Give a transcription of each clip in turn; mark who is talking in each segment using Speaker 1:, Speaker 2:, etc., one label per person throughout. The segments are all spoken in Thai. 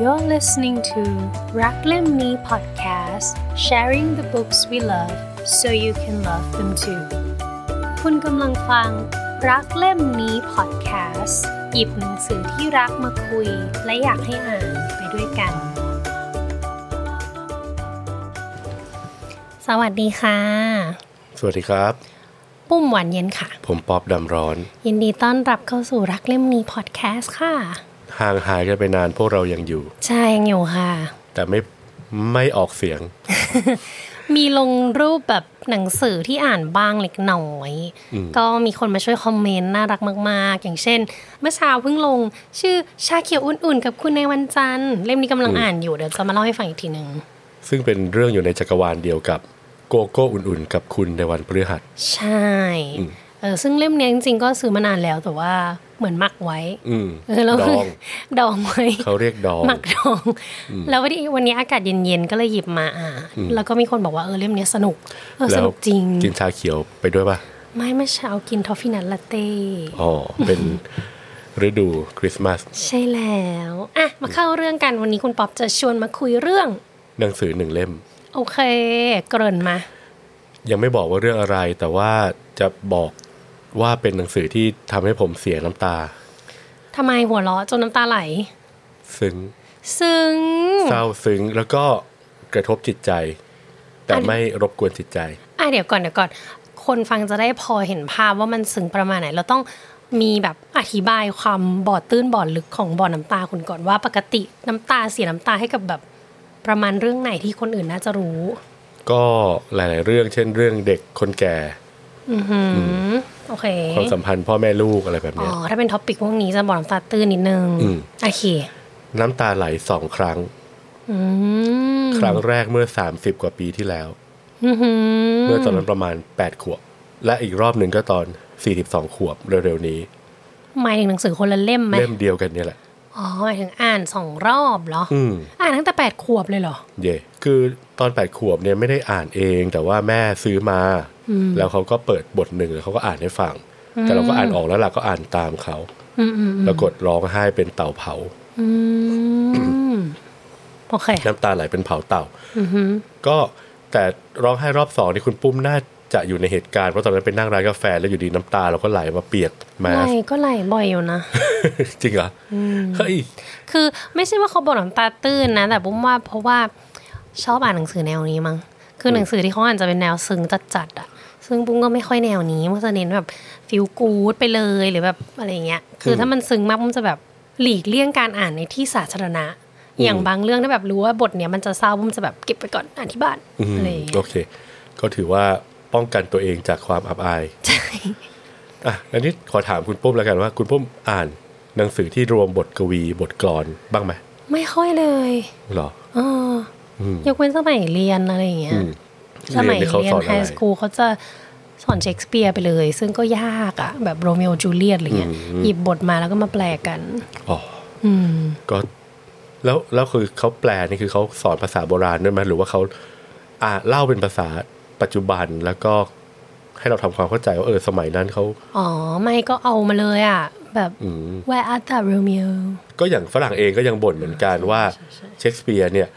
Speaker 1: You're listening to รักเล่มนี้ podcast sharing the books we love so you can love them too คุณกำลังฟัง รักเล่มนี้ podcast หยิบหนังสือที่รักมาคุย และอยากให้อ่านไปด้วยกัน สวัสดีค่ะ
Speaker 2: สวัสดีครับ
Speaker 1: ปุ้มหวานเย็นค่ะ
Speaker 2: ผมป๊อบดำร้อน
Speaker 1: ยินดีต้อนรับเข้าสู่รักเล่มนี้ podcast ค่ะ
Speaker 2: ห่างหายกันไปนานพวกเรายังอยู่
Speaker 1: ใช่ยังอยู่ค่ะ
Speaker 2: แต่ไม่ไม่ออกเสียง
Speaker 1: มีลงรูปแบบหนังสือที่อ่านบ้างเล็กน้อย ก็มีคนมาช่วยคอมเมนต์น่ารักมาก ๆ อย่างเช่น เมื่อเช้าเพิ่งลง ชื่อชาเขียวอุ่น ๆ กับคุณในวันจันทร์เล่มนี้กำลังอ่านอยู่เดี๋ยวจะมาเล่าให้ฟังอีกทีหนึ่ง
Speaker 2: ซึ่งเป็นเรื่องอยู่ในจักรวาลเดียวกับโกโก้อุ่นๆ กับคุณในวันพฤหัส
Speaker 1: ใช่เออซึ่งเล่มเนี้ยจริง ๆ ก็ซื้อมานานแล้วแต่ว่าเหมือนหมักไว้
Speaker 2: อืม
Speaker 1: เออแล้ว
Speaker 2: ด
Speaker 1: คือ
Speaker 2: อง
Speaker 1: ดองไว้
Speaker 2: เขาเรียกดอง
Speaker 1: หมักดอง แล้ววันนี้วันนี้อากาศเย็นๆก็เลยหยิบมาอ่านแล้วก็มีคนบอกว่าเออเล่มเนี้ยสนุกเออ
Speaker 2: แล้
Speaker 1: ส
Speaker 2: ว
Speaker 1: นุกจริง
Speaker 2: กินชาเขียวไปด้วยป่ะ
Speaker 1: ไม่เมื่อเช้ากินทอฟฟี่นัทลาเต้
Speaker 2: อ๋อ เป็นฤดูคริสต์มาส
Speaker 1: ใช่แล้ว อ่ะ มาเข้าเรื่องกันวันนี้คุณป๊อบจะชวนมาคุยเรื่อง
Speaker 2: หนังสือหนึ่งเล่ม
Speaker 1: โอเค เกริ่นมา
Speaker 2: ยังไม่บอกว่าเรื่องอะไร แต่ว่าจะบอกว่าเป็นหนังสือที่ทำให้ผมเสียน้ำตา
Speaker 1: ทำไมหัวเราะจนน้ำตาไหล
Speaker 2: ซึ้ง
Speaker 1: ซึ่ง
Speaker 2: เศร้าซึ้งแล้วก็กระทบจิตใจ แต่ไม่รบกวนจิตใจ
Speaker 1: อ่ะเดี๋ยวก่อนเดี๋ยวก่อน คนฟังจะได้พอเห็นภาพว่ามันซึ้งประมาณไหน เราต้องมีแบบอธิบายความบอดตื้นบอดลึกของบอดน้ำตาคุณก่อนว่าปกติน้ำตาเสียน้ำตาให้กับแบบประมาณเรื่องไหนที่คนอื่นน่าจะรู้
Speaker 2: ก็หลาย ๆ เรื่องเช่นเรื่องเด็กคนแก่
Speaker 1: อือหืออโอเค
Speaker 2: ความสัมพันธ์พ่อแม่ลูกอะไรแบบ
Speaker 1: อ๋อ
Speaker 2: เนี้ย
Speaker 1: ถ้าเป็นท็อปปิกพวกนี้จะบอดน้ำตาตื้นนิดนึง
Speaker 2: อืม
Speaker 1: โอเค
Speaker 2: น้ำตาไหลสองครั้ง
Speaker 1: อืม
Speaker 2: ครั้งแรกเมื่อ 30 กว่าปีที่แล้ว
Speaker 1: อื้อหื
Speaker 2: เมื่อตอนนั้นประมาณ 8 ขวบ และอีกรอบหนึ่งก็ตอน 42 ขวบเร็ว ๆ นี้
Speaker 1: หมายถึงหนังสือคนละเล่มไหม
Speaker 2: เล่มเดียวกันเนี่ยแหละ
Speaker 1: อ๋อหมายถึงอ่านสองรอบเหรออ
Speaker 2: อืม
Speaker 1: อ่านตั้งแต่แปดขวบเลยเหรอ
Speaker 2: เย่คือตอน 8 ขวบเนี่ยไม่ได้อ่านเอง แต่ว่าแม่ซื้อมา แล้วเขาก็เปิดบทหนึ่งแล้วเขาก็อ่านให้ฟัง แต่เราก็อ่านออกแล้วล่ะก็อ่านตามเขา
Speaker 1: อืมอืมอืม
Speaker 2: แล้วกดร้องไห้เป็นเต่าเผา
Speaker 1: อืมโอเค
Speaker 2: น้ำตาไหลเป็นเผาเต่า ก็แต่ร้องไห้รอบสองนี่คุณปุ้มน่าจะอยู่ในเหตุการณ์เพราะตอนนั้นเป็นนั่งร้านกาแฟแล้วอยู่ดีน้ำตาเราก็ไหลมาเปียกมา
Speaker 1: ไหล ก็ไหลบ่อยอยู่ นะ
Speaker 2: จริงเหรออเฮ้ย
Speaker 1: คือไม่ใช่ว่าเขาบอกน้ำตาตื้นนะ แต่บุ้มว่าเพราะว่าชอบอ่านหนังสือแนวนี้มั้งคือหนังสือที่เขาอ่านจะเป็นแนวซึ้งจัดๆอะซึ่งบุ้มก็ไม่ค่อยแนวนี้มันจะเน้นแบบฟิลกู๊ดไปเลยหรือแบบอะไรเงี้ย คือถ้ามันซึ้งมากบุ้มจะแบบหลีกเลี่ยงการอ่านในที่สาธารณะ อย่างบางเรื่องถ้าแบบรู้ว่าบทเนี้ยมันจะเศร้าบุ้มจะแบบเก็บไปก่อนอ่านที่บ้าน
Speaker 2: อืม
Speaker 1: อะไรอย่างเงี้
Speaker 2: โอย เค ก็ถือว่าป้องกันตัวเองจากความอับอาย
Speaker 1: ใช่
Speaker 2: อ่ะอันนี้ขอถามคุณปุ้มแล้วกันว่า คุณปุ้มอ่านหนังสือที่รวมบทกวีบทกลอนบ้างไหม
Speaker 1: ไม่ค่อยเลย
Speaker 2: หรอ
Speaker 1: เอออยกเว้นสมัยเรียนอะไรอย่างเงี้
Speaker 2: อื
Speaker 1: ย
Speaker 2: ม
Speaker 1: สมัย
Speaker 2: นี่
Speaker 1: เรียนไฮสคูลเขาจะสอนเชคสเปียร์ไปเลย ซึ่งก็ยากอะแบบโรเมโอจูเลียตอะไรเงี้ยหยิบบทมาแล้วก็มาแปลกัน
Speaker 2: อ๋อ
Speaker 1: อืม
Speaker 2: ก็แล้วแล้วคือเขาแปลนี่คือเขาสอนภาษาโบราณด้วยไหมหรือว่าเขาอ่าเล่าเป็นภาษาปัจจุบันแล้วก็ให้เราทำความเข้าใจว่าเออสมัยนั้นเขา
Speaker 1: อ๋อ ไม่ก็เอามาเลยอะแบบ
Speaker 2: อืม
Speaker 1: Where are the Romeo
Speaker 2: ก็อย่างฝรั่งเองก็ยังบ่นเหมือนกันว่าเชคสเปียร์เนี่ย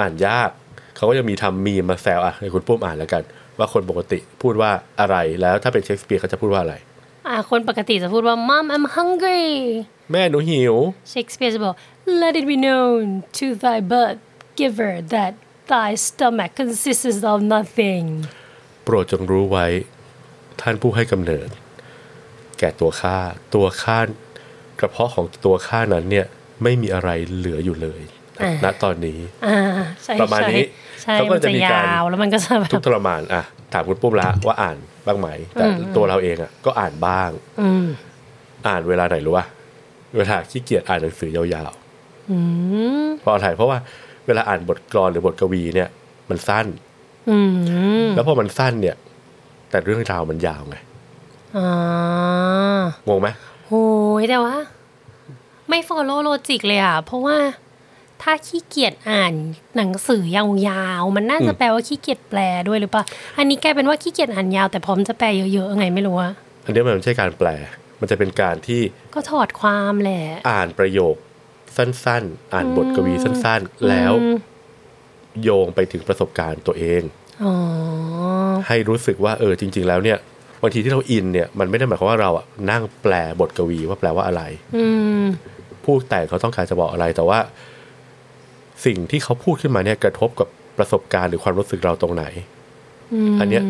Speaker 2: อ่านยากเขาก็ยังมีทำมีมมาแซวอ่ะให้คุณปุ้มอ่านแล้วกัน ว่าคนปกติพูดว่าอะไรแล้วถ้าเป็นเชคสเปียร์เขาจะพูดว่าอะไร
Speaker 1: อ่าคนปกติจะพูดว่า Mom I'm hungry
Speaker 2: แม่หนูหิว
Speaker 1: Shakespeare จะบอก Let it be known to thy birth giver that thy stomach consists of nothing
Speaker 2: โปรดจงรู้ไว้ ท่านผู้ให้กำเนิด แก่ตัวข้าตัวข้ากระเพาะของตัวข้านั้นเนี่ย ไม่มีอะไรเหลืออยู่เลย
Speaker 1: อ่า
Speaker 2: ณตอนนี้
Speaker 1: อ่าใช่
Speaker 2: ประมาณนี้
Speaker 1: ใช่
Speaker 2: เขาก็
Speaker 1: มัน
Speaker 2: จะ
Speaker 1: จะ
Speaker 2: มี
Speaker 1: ย
Speaker 2: การ
Speaker 1: าวแล้วมันก็จะแบบ
Speaker 2: ทุกทรมานอ่ะถามคุณปุ้มละว่าอ่านบ้างไหม แต่ตัวเราเองอ่ะก็อ่านบ้าง
Speaker 1: อืม
Speaker 2: อ่านเวลาไหนรู้ป่ะเวลาขี้เกียจอ่านหนังสือยาว
Speaker 1: อืม
Speaker 2: ๆเพราะอะไรเพราะว่าเวลาอ่านบทกลอนหรือบทกวีเนี่ย มันสั้น
Speaker 1: อืม
Speaker 2: แล้วพอมันสั้นเนี่ย แต่เรื่องราวมันยาวไง
Speaker 1: อ่าง
Speaker 2: งไหม
Speaker 1: โหยแต่ว่า ไม่ follow logic เลยอ่ะ เพราะว่าถ้าขี้เกียจอ่านหนังสือยาวๆ มันน่าจะแปลว่าขี้เกียจแปลด้วยหรือเปล่า อันนี้กลายเป็นว่าขี้เกียจอ่านยาวแต่พร้อมจะแปลเยอะๆไงไม่รู้อะ
Speaker 2: อันเนี้ยมันไม่ใช่การแปล มันจะเป็นการที่
Speaker 1: ก็ถอดความแหละ
Speaker 2: อ่านประโยค สั้น ๆ อ่านบทกวีสั้น ๆ แล้วโยงไปถึงประสบการณ์ตัวเอง
Speaker 1: อ๋อ
Speaker 2: ให้รู้สึกว่าเออจริง ๆ แล้วเนี่ยบางทีที่เราอินเนี่ยมันไม่ได้หมายความว่าเราอะนั่งแปลบทกวีว่าแปลว่าอะไร
Speaker 1: อืม
Speaker 2: ผู้แต่งเขาต้องการจะบอกอะไรแต่ว่า สิ่งที่เขาพูดขึ้นมาเนี่ยกระทบกับประสบการณ์หรือความรู้สึกเราตรงไหน อันเนี้ย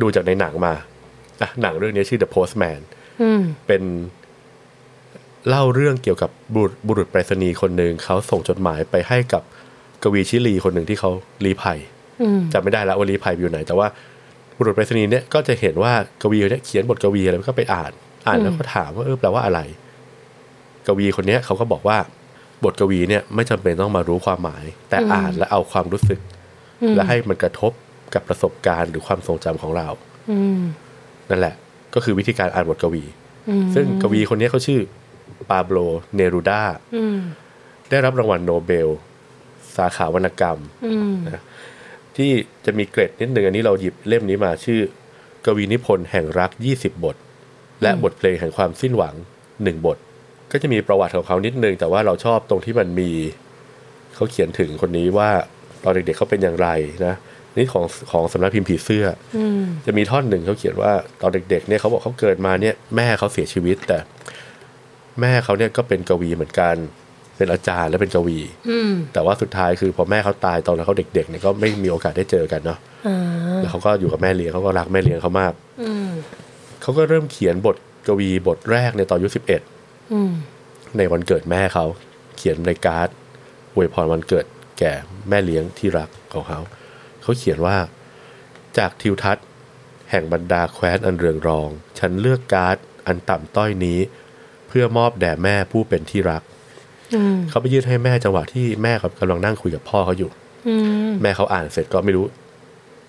Speaker 2: ดูจากในหนังมาอ่ะหนังเรื่องนี้ชื่อ The Postman
Speaker 1: อืม
Speaker 2: เป็นเล่าเรื่องเกี่ยวกับบุรุษบุรุษไปรษณีย์คนหนึ่งเขาส่งจดหมายไปให้กับกวีชิลีคนหนึ่งที่เขาลี้ภัย
Speaker 1: อืม
Speaker 2: จำไม่ได้แล้วว่าลี้ภัยอยู่ไหน แต่ว่าบุรุษไปรษณีย์เนี่ยก็จะเห็นว่ากวีคนเนี่ยเขียนบทกวีอะไรก็ไปอ่าน อ่านแล้วก็ถามว่าเออแปลว่าอะไร กวีคนเนี้ยเขาก็บอกว่าบทกวีเนี่ยไม่จำเป็นต้องมารู้ความหมาย แต่อ่านและเอาความรู้สึก และให้มันกระทบกับประสบการณ์หรือความทรงจำของเรา
Speaker 1: อืม
Speaker 2: นั่นแหละ ก็คือวิธีการอ่านบทกวี ซึ่งกวีคนนี้เขาชื่อปาโบลเนรูดา
Speaker 1: อืม
Speaker 2: ได้รับรางวัลโนเบล สาขาวรรณกรรม
Speaker 1: อืม
Speaker 2: ที่จะมีเกรดนิดหนึ่งอันนี้เราหยิบเล่มนี้มาชื่อ กวีนิพนธ์แห่งรัก 20 บท และบทเพลงแห่งความสิ้นหวัง 1 บท ก็จะมีประวัติของเขานิดนึง แต่ว่าเราชอบตรงที่มันมี เขาเขียนถึงคนนี้ว่าตอนเด็กๆเขาเป็นอย่างไรนะนี่ของของสำนักพิมพ์ผีเสื้อ
Speaker 1: อืม
Speaker 2: จะมีท่อนหนึ่งเขาเขียนว่าตอนเด็ก ๆ เนี่ยเขาบอกเขาเกิดมาเนี่ยแม่เขาเสียชีวิต แต่แม่เขาเนี่ยก็เป็นกวีเหมือนกัน เป็นอาจารย์และเป็นกวี
Speaker 1: อืม
Speaker 2: แต่ว่าสุดท้ายคือพอแม่เขาตายตอนนั้นเขาเด็กๆเนี่ยก็ไม่มีโอกาสได้เจอกันเนาะ
Speaker 1: อ่า
Speaker 2: แล้วเขาก็อยู่กับแม่เลี้ยงเขาก็รักแม่เลี้ยงเขามาก
Speaker 1: อืม
Speaker 2: เขาก็เริ่มเขียนบทกวีบทแรกในยตอนอายุสิบเอ็ด
Speaker 1: อืม
Speaker 2: ในวันเกิดแม่เขาเขียนในการ์ดอวยพรวันเกิดแก่แม่เลี้ยงที่รักของเขาเขาเขียนว่าจากทิวทัศน์ แห่งบรรดาแคว้นอันเรืองรอง ฉันเลือกการ์ดอันต่ำต้อยนี้ เพื่อมอบแด่แม่ผู้เป็นที่รัก
Speaker 1: อืม
Speaker 2: เขาไปยื่นให้แม่จังหวะที่แม่กับกำลังนั่งคุยกับพ่อเขาอยู่
Speaker 1: อืม
Speaker 2: แม่เขาอ่านเสร็จก็ไม่รู้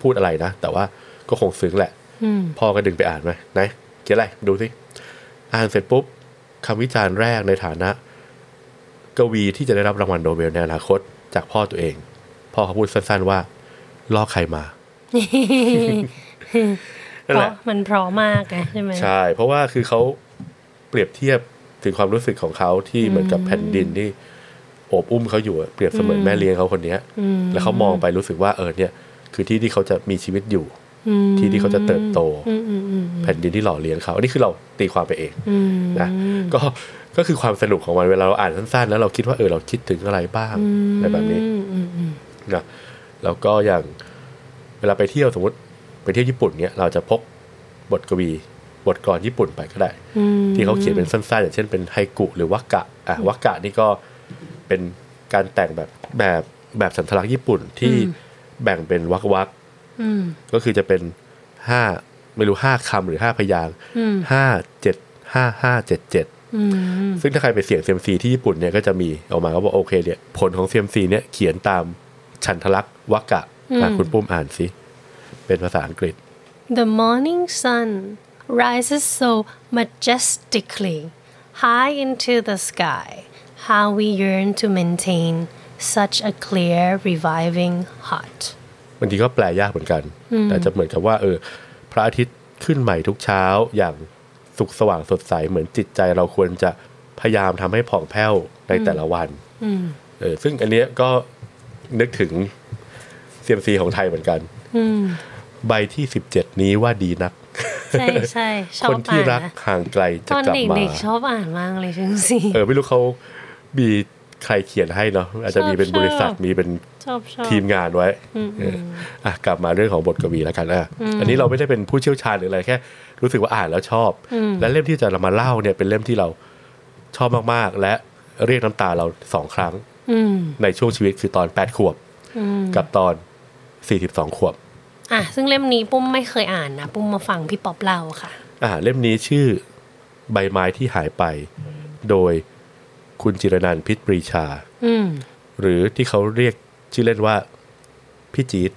Speaker 2: พูดอะไรนะ แต่ว่าก็คงซึ้งแหละ
Speaker 1: อืม
Speaker 2: พ่อก็ดึงไปอ่านไหมไหนเขียนอะไรดูสิอ่านเสร็จปุ๊บคำวิจารณ์แรกในฐานะ กวีที่จะได้รับรางวัลโนเบลในอนาคต จากพ่อตัวเอง พ่อเขาพูดสั้นๆว่าลอกใครมานั่
Speaker 1: เพ
Speaker 2: นแห
Speaker 1: ราะ
Speaker 2: ละ
Speaker 1: มันเพราะมากไงใช่ไหม
Speaker 2: ใช่ เพราะว่าคือเขาเปรียบเทียบถึงความรู้สึกของเขาที่เหมือนกับแผ่นดินที่โอบอุ้มเขาอยู่อะเปรียบเสมือนแม่เลี้ยงเขาคนเนี้ย
Speaker 1: อืม
Speaker 2: แล้วเขามองไปรู้สึกว่าเออเนี่ย คือที่ที่เขาจะมีชีวิตอยู่
Speaker 1: อืม
Speaker 2: ที่ที่เขาจะเติบโต
Speaker 1: อืมอืมอืม
Speaker 2: แผ่นดินที่หล่อเลี้ยงเขาอันนี้คือเราตีความไปเอง
Speaker 1: อืม
Speaker 2: นะก็ก็คือความสนุกของมันเวลาเราอ่านสั้นๆ แล้วเราคิดว่าเออเราคิดถึงอะไรบ้างอะไรแบบนี้
Speaker 1: อืมอืมอืม
Speaker 2: นะแล้วก็อย่างเวลาไปเที่ยวสมมติไปเที่ยวญี่ปุ่นเนี่ยเราจะพกบทกวี บทกลอนญี่ปุ่นไปก็ได้
Speaker 1: อืม
Speaker 2: ที่เขาเขียนเป็นสั้นๆอย่างเช่นเป็นไฮกุหรือวักกะอ่ะวักกะนี่ก็เป็นการแต่งแบบแบบแบบสัญลักษณ์ญี่ปุ่นที่แบ่งเป็นวักวัก
Speaker 1: อืม
Speaker 2: ก็คือจะเป็นห้าไม่รู้ห้าคำหรือห้าพยางค์
Speaker 1: อืม
Speaker 2: ห้าเจ็ดห้าห้าเจ็ดเจ็ด
Speaker 1: อืม
Speaker 2: ซึ่งถ้าใครไปเสี่ยงเซียมซีที่ญี่ปุ่นเนี่ยก็จะมีออกมาก็บอกโอเคเนี่ยผลของเซียมซีเนี่ยเขียนตามฉันทลักษณ์วักกะอ่ะ
Speaker 1: อืม
Speaker 2: คุณปุ้มอ่านสิ เป็นภาษาอังกฤษ
Speaker 1: The morning sun rises so majestically high into the sky. How we yearn to maintain such a clear, reviving heart.
Speaker 2: บางทีก็แปลยากเหมือนกัน แต่จะเหมือนกับว่า เออ พระอาทิตย์ขึ้นใหม่ทุกเช้าอย่างสุขสว่างสดใส เหมือนจิตใจเราควรจะพยายามทำให้ผ่องแผ้วในแต่ละวันเออซึ่งอันเนี้ยก็นึกถึงเซียมซีของไทยเหมือนกันใบที่สิบเจ็ดนี้ว่าดีนัก
Speaker 1: ใช่ใช่ชอ
Speaker 2: ค
Speaker 1: บ
Speaker 2: น
Speaker 1: อ่า
Speaker 2: ที่
Speaker 1: น
Speaker 2: รัก
Speaker 1: นะ
Speaker 2: ห่างไกล
Speaker 1: ต
Speaker 2: จะ
Speaker 1: อน
Speaker 2: กลับมา
Speaker 1: เด็กๆชอบอ่านมากเลยถึงสิ
Speaker 2: เออไม่รู้เขามีใครเขียนให้เนาะอาจจะมีเป็น
Speaker 1: ชอบ
Speaker 2: บริษัทมีเป็น
Speaker 1: ชอบชอบ
Speaker 2: ทีมงานไว้เอออ่ะกลับมาเรื่องของบทกวีแล้วกันอ่ะอันนี้เราไม่ได้เป็นผู้เชี่ยวชาญหรืออะไรแค่ รู้สึกว่าอ่านแล้วชอบ และเล่มที่จะเรามาเล่าเนี่ยเป็นเล่มที่เราชอบมากๆ และเรียกน้ำตาเราสองครั้ง
Speaker 1: อืม
Speaker 2: ในช่วงชีวิตคือตอนแปดขวบกับตอนสี่สิบสองขวบ
Speaker 1: อ่ะ ซึ่งเล่มนี้ปุ้มไม่เคยอ่านนะ ปุ้มมาฟังพี่ป๊อปเล่าค่ะ
Speaker 2: อ่าเล่มนี้ชื่อใบไม้ที่หายไป โดยคุณจิรนันท์พิษปรีชา
Speaker 1: อืม
Speaker 2: หรือที่เขาเรียกชื่อเล่นว่า พี่จีด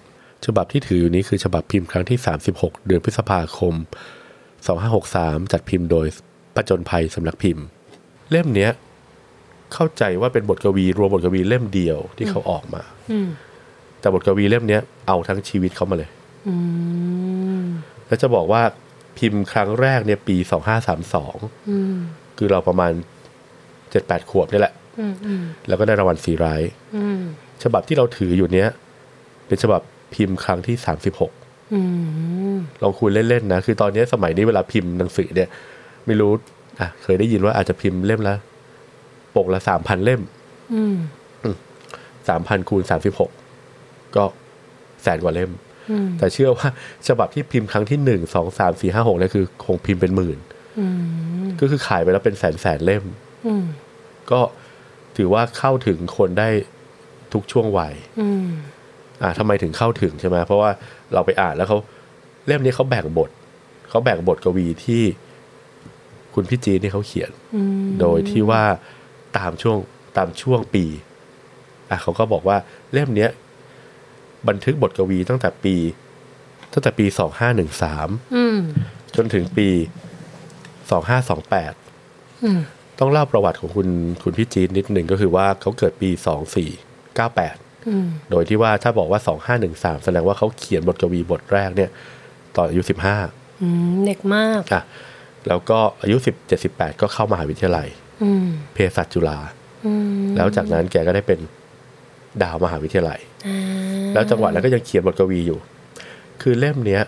Speaker 2: ฉบับที่ถืออยู่นี้คือฉบับพิมพ์ครั้งที่ 36 เดือนพฤษภาคม 2563 จัดพิมพ์โดยประจนภัยสำนักพิมพ์ เล่มเนี้ยเข้าใจว่าเป็นบทกวีรวมบทกวีเล่มเดียวที่เขาออกมา
Speaker 1: อืม
Speaker 2: แต่บทกวีเล่มเนี้ยเอาทั้งชีวิตเขามาเลย
Speaker 1: อืม
Speaker 2: แล้วจะบอกว่าพิมพ์ครั้งแรกเนี่ยปี 2532
Speaker 1: อืม
Speaker 2: คือเราประมาณ 7-8 ขวบนี่แหละ
Speaker 1: อืมอืม
Speaker 2: แล้วก็ได้รางวัลสีร้าย
Speaker 1: อืม
Speaker 2: ฉบับที่เราถืออยู่เนี้ยเป็นฉบับพิมพ์ครั้งที่ 36
Speaker 1: อืม
Speaker 2: ลองคูณเล่นๆนะ คือตอนเนี้ยสมัยนี้เวลาพิมพ์หนังสือเนี่ย ไม่รู้อ่ะเคยได้ยินว่าอาจจะพิมพ์เล่มละปกละสามพันเล่ม
Speaker 1: อืม
Speaker 2: สามพันคูณสามสิบหกก็แสนกว่าเล่ม
Speaker 1: อืม
Speaker 2: แต่เชื่อว่าฉบับที่พิมพ์ครั้งที่หนึ่งสองสามสี่ห้าหกเนี่ยคือคงพิมพ์เป็นหมื่น
Speaker 1: อืม
Speaker 2: ก็คือขายไปแล้วเป็นแสนแสนเล่ม
Speaker 1: อืม
Speaker 2: ก็ถือว่าเข้าถึงคนได้ทุกช่วงวัย
Speaker 1: อืม
Speaker 2: อ่าทำไมถึงเข้าถึงใช่ไหมเพราะว่าเราไปอ่านแล้วเขาเล่มนี้เขาแบ่งบทเขาแบ่งบทกวีที่คุณพี่จีนนี่เขาเขียน
Speaker 1: อืม
Speaker 2: โดยที่ว่าตามช่วงตามช่วงปีอ่ะเขาก็บอกว่าเล่มเนี้ยบันทึกบทกวีตั้งแต่ปี ตั้งแต่ปีสองห้าหนึ่งสาม
Speaker 1: อืม
Speaker 2: จนถึงปีสองห้าสองแปด
Speaker 1: อืม
Speaker 2: ต้องเล่าประวัติของคุณคุณพี่จีนนิดหนึ่งก็คือว่าเขาเกิดปีสองสี่เก้าแปด
Speaker 1: อืม
Speaker 2: โดยที่ว่าถ้าบอกว่า 2513 แสดงว่าเขาเขียนบทกวีบทแรกเนี่ยตอนอายุ 15
Speaker 1: อืมเด็กมาก
Speaker 2: อ่ะแล้วก็อายุ 17 18 ก็เข้ามหาวิทยาลัย
Speaker 1: อืม
Speaker 2: เภสัชจุฬา
Speaker 1: อืม
Speaker 2: แล้วจากนั้นแกก็ได้เป็นดาวมหาวิทยาลัย
Speaker 1: อ่า
Speaker 2: แล้วจังหวะนั้นก็ยังเขียนบทกวีอยู่ คือเล่มเนี้ย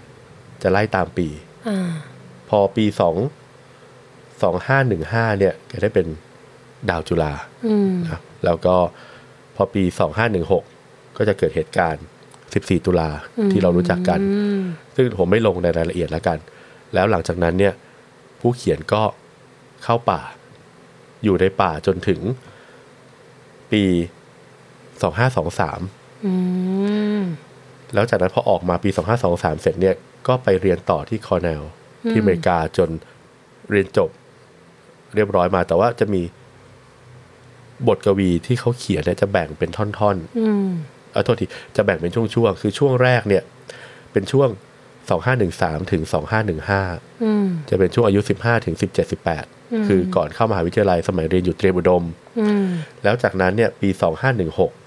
Speaker 2: จะไล่ตามปี
Speaker 1: อ่า
Speaker 2: พอปี 2 2515 เนี่ยแกได้เป็นดาวจุฬา
Speaker 1: อืม
Speaker 2: นะแล้วก็พอปี 2516 ก็จะเกิดเหตุการณ์ 14 ตุลาที่เรารู้จักกัน
Speaker 1: อืม
Speaker 2: ซึ่งผมไม่ลงในรายละเอียดแล้วกัน แล้วหลังจากนั้นเนี่ย ผู้เขียนก็เข้าป่า อยู่ในป่าจนถึงปีสองห้าสองสาม
Speaker 1: อืม
Speaker 2: แล้วจากนั้นพอออกมาปีสองห้าสองสามเสร็จเนี่ย ก็ไปเรียนต่อที่คอร์เนลที่
Speaker 1: อืม
Speaker 2: อเมริกาจนเรียนจบ เรียบร้อยมา แต่ว่าจะมีบทกวีที่เขาเขียนเนี่ยจะแบ่งเป็นท่อนๆ
Speaker 1: อืม
Speaker 2: เอาโทษทีจะแบ่งเป็นช่วงๆ คือช่วงแรกเนี่ย เป็นช่วง 2513 ถึง 2515
Speaker 1: อืม
Speaker 2: จะเป็นช่วงอายุ 15 ถึง 17
Speaker 1: อืม
Speaker 2: 18 คือก่อนเข้ามหาวิทยาลัยสมัยเรียนอยู่เตรียมอุดม
Speaker 1: อืม
Speaker 2: แล้วจากนั้นเนี่ยปี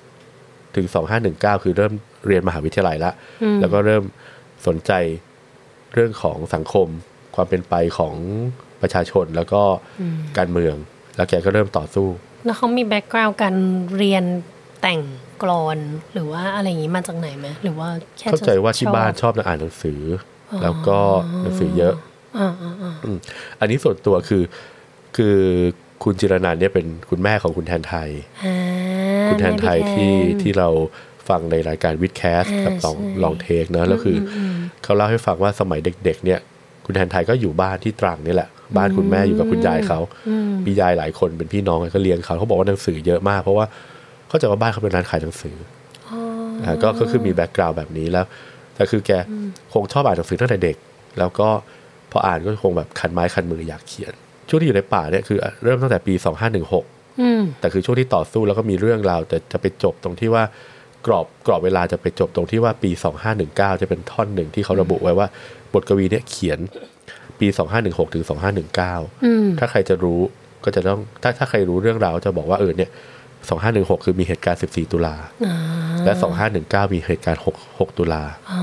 Speaker 2: 2516 ถึง 2519 คือเริ่มเรียนมหาวิทยาลัยละ
Speaker 1: อืม
Speaker 2: แล้วก็เริ่มสนใจเรื่องของสังคม ความเป็นไปของประชาชนแล้วก็การเมือง แล้วแกก็เริ่มต่อสู้
Speaker 1: แล้วเขามีแบ็กกราวด์การเรียนแต่งกลอนหรือว่าอะไรอย่างนี้มาจากไหนไหมหรือว่าแค่
Speaker 2: เข้าใจว่าที่บ้านชอบอ่านหนังสืออแล้วก็หนังสือเยอะ
Speaker 1: อ่าอ่าอ่า
Speaker 2: อืมอันนี้ส่วนตัวคือคือคุณจิรนันท์เนี่ยเป็นคุณแม่ของคุณแทนไทย
Speaker 1: อ่า
Speaker 2: คุณแทนไทย
Speaker 1: แม่
Speaker 2: ที่
Speaker 1: พี่แทน
Speaker 2: ที่เราฟังในรายการวิดแคส
Speaker 1: อ่า
Speaker 2: กับลอง
Speaker 1: ใช่
Speaker 2: ลองเทคเนอะแล้วคืออเขาเล่าให้ฟังว่าสมัยเด็ก ๆ เนี่ย คุณแทนไทยก็อยู่บ้านที่ตรังนี่แหละ บ้านคุณแม่อยู่กับคุณยายเขามียายหลายคนเป็นพี่น้องกันก็เลี้ยงเขาเขาบอกว่าหนังสือเยอะมากเพราะว่าเขาใจะว่าบ้านเขาเป็นร้านขายหนังสือ
Speaker 1: อ๋ออ
Speaker 2: อ่าก็ก็คือมีแบ็กกราวด์แบบนี้แล้วแต่คือแกคงชอบอ่านหนังสือตั้งแต่เด็ก แล้วก็พออ่านก็คงแบบคันไม้คันมืออยากเขียน ช่วงที่อยู่ในป่าเนี่ยคือเริ่มตั้งแต่ปี 2516
Speaker 1: อืม
Speaker 2: แต่คือช่วงที่ต่อสู้แล้วก็มีเรื่องราวแต่จะไปจบตรงที่ว่ากรอบกรอบเวลาจะไปจบตรงที่ว่าปี 2519 จะเป็นท่อนหนึ่งที่เขาระบุไว้ว่า บทกวีเนี่ยเขียนปี 2516 ถึง 2519
Speaker 1: อืม
Speaker 2: ถ้าใครจะรู้ก็จะต้องถ้าถ้าใครรู้เรื่องราวจะบอกว่าเออเนี่ย 2516 คือมีเหตุการณ์ 14 ตุลา
Speaker 1: อ่า
Speaker 2: และ 2519 มีเหตุการณ์ 6 6 ตุลา
Speaker 1: อ่า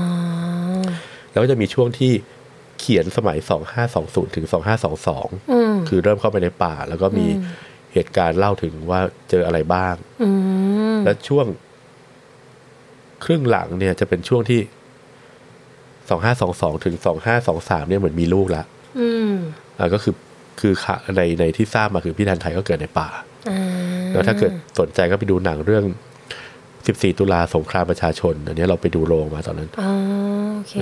Speaker 2: แล้วก็จะมีช่วงที่เขียนสมัย 2520 ถึง 2522
Speaker 1: อืม
Speaker 2: คือเริ่มเข้าไปในป่า แล้วก็มีเหตุการณ์เล่าถึงว่าเจออะไรบ้าง
Speaker 1: อืม
Speaker 2: และช่วงครึ่งหลังเนี่ยจะเป็นช่วงที่สองห้าสองสองถึงสองห้าสองสามเนี่ยเหมือนมีลูกละ
Speaker 1: อืม
Speaker 2: อ่าก็คือคือค่ะในในที่ทราบมาคือพี่แทนไทยก็เกิดในป่า
Speaker 1: อ่า
Speaker 2: แล้วถ้าเกิดสนใจก็ไปดูหนังเรื่องสิบสี่ตุลาสงครามประชาชน อันเนี้ยเราไปดูโรงมาตอนนั้น
Speaker 1: อ๋อโอเค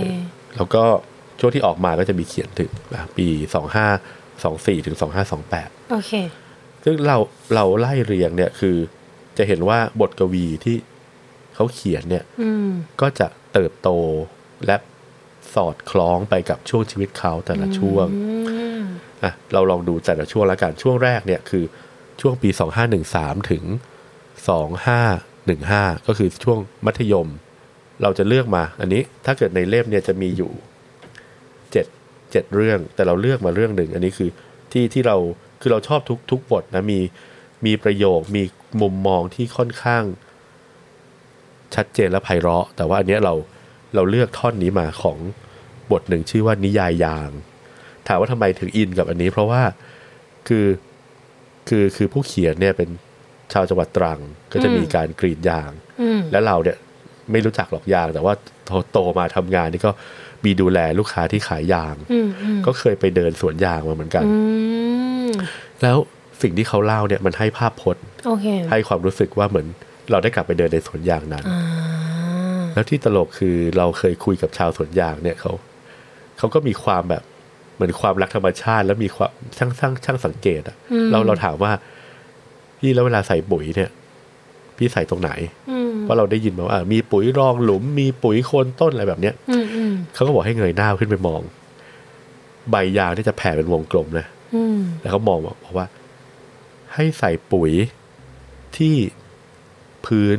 Speaker 2: แล้วก็ช่วงที่ออกมาก็จะมีเขียนถึงอ่ะปีสองห้าสองสี่ถึงสองห้าสองแปด
Speaker 1: โอเค
Speaker 2: ซึ่งเราเราไล่เรียงเนี่ยคือจะเห็นว่าบทกวีที่เขาเขียนเนี่ย
Speaker 1: อืม
Speaker 2: ก็จะเติบโตและสอดคล้องไปกับช่วงชีวิตเขาแต่ละช่วง
Speaker 1: อืม
Speaker 2: อ่ะเราลองดูแต่ละช่วงละกันช่วงแรกเนี่ยคือช่วงปี 2513 ถึง 2515 ก็คือช่วงมัธยม เราจะเลือกมา อันนี้ถ้าเกิดในเล่มเนี่ยจะมีอยู่เจ็ดเจ็ดเรื่อง แต่เราเลือกมาเรื่องหนึ่ง อันนี้คือที่ที่เราคือเราชอบทุกทุกบทนะมีมีประโยคมีมุมมองที่ค่อนข้าง ชัดเจนและไพเราะ แต่ว่าอันเนี้ยเราเราเลือกท่อนนี้มาของบทหนึ่งชื่อว่านิยายยาง ถามว่าทำไมถึงอินกับอันนี้ เพราะว่าคือคือคือผู้เขียนเนี่ยเป็น ชาวจังหวัดตรังก็จะมีการกรีดยาง
Speaker 1: อืม
Speaker 2: และเราเนี่ยไม่รู้จักหรอกยาง แต่ว่าโตโตมาทำงานนี่ก็มีดูแลลูกค้าที่ขายยาง
Speaker 1: อืมอืม
Speaker 2: ก็เคยไปเดินสวนยางมาเหมือนกัน
Speaker 1: อืม
Speaker 2: แล้วสิ่งที่เขาเล่าเนี่ยมันให้ภาพพจน์
Speaker 1: โอเค
Speaker 2: ให้ความรู้สึกว่าเหมือนเราได้กลับไปเดินในสวนยางนั้น
Speaker 1: อ่า
Speaker 2: แล้วที่ตลกคือเราเคยคุยกับชาวสวนยางเนี่ยเขาเขาก็มีความแบบเหมือนความรักธรรมชาติ แล้วมีความช่างช่างช่างสังเกตอะเราเราถามว่าพี่แล้วเวลาใส่ปุ๋ยเนี่ย พี่ใส่ตรงไหน
Speaker 1: อืม
Speaker 2: ว่าะเราได้ยินมาว่าอ่ะมีปุ๋ยรองหลุม มีปุ๋ยโคนต้นอะไรแบบเนี้ย
Speaker 1: อืมอืม
Speaker 2: เขาก็บอกให้เงยหน้าขึ้นไปมอง ใบยางเนี่ยจะแผ่เป็นวงกลมนะ
Speaker 1: อืม
Speaker 2: แล้วเขามองบอกว่า ให้ใส่ปุ๋ยที่พื้น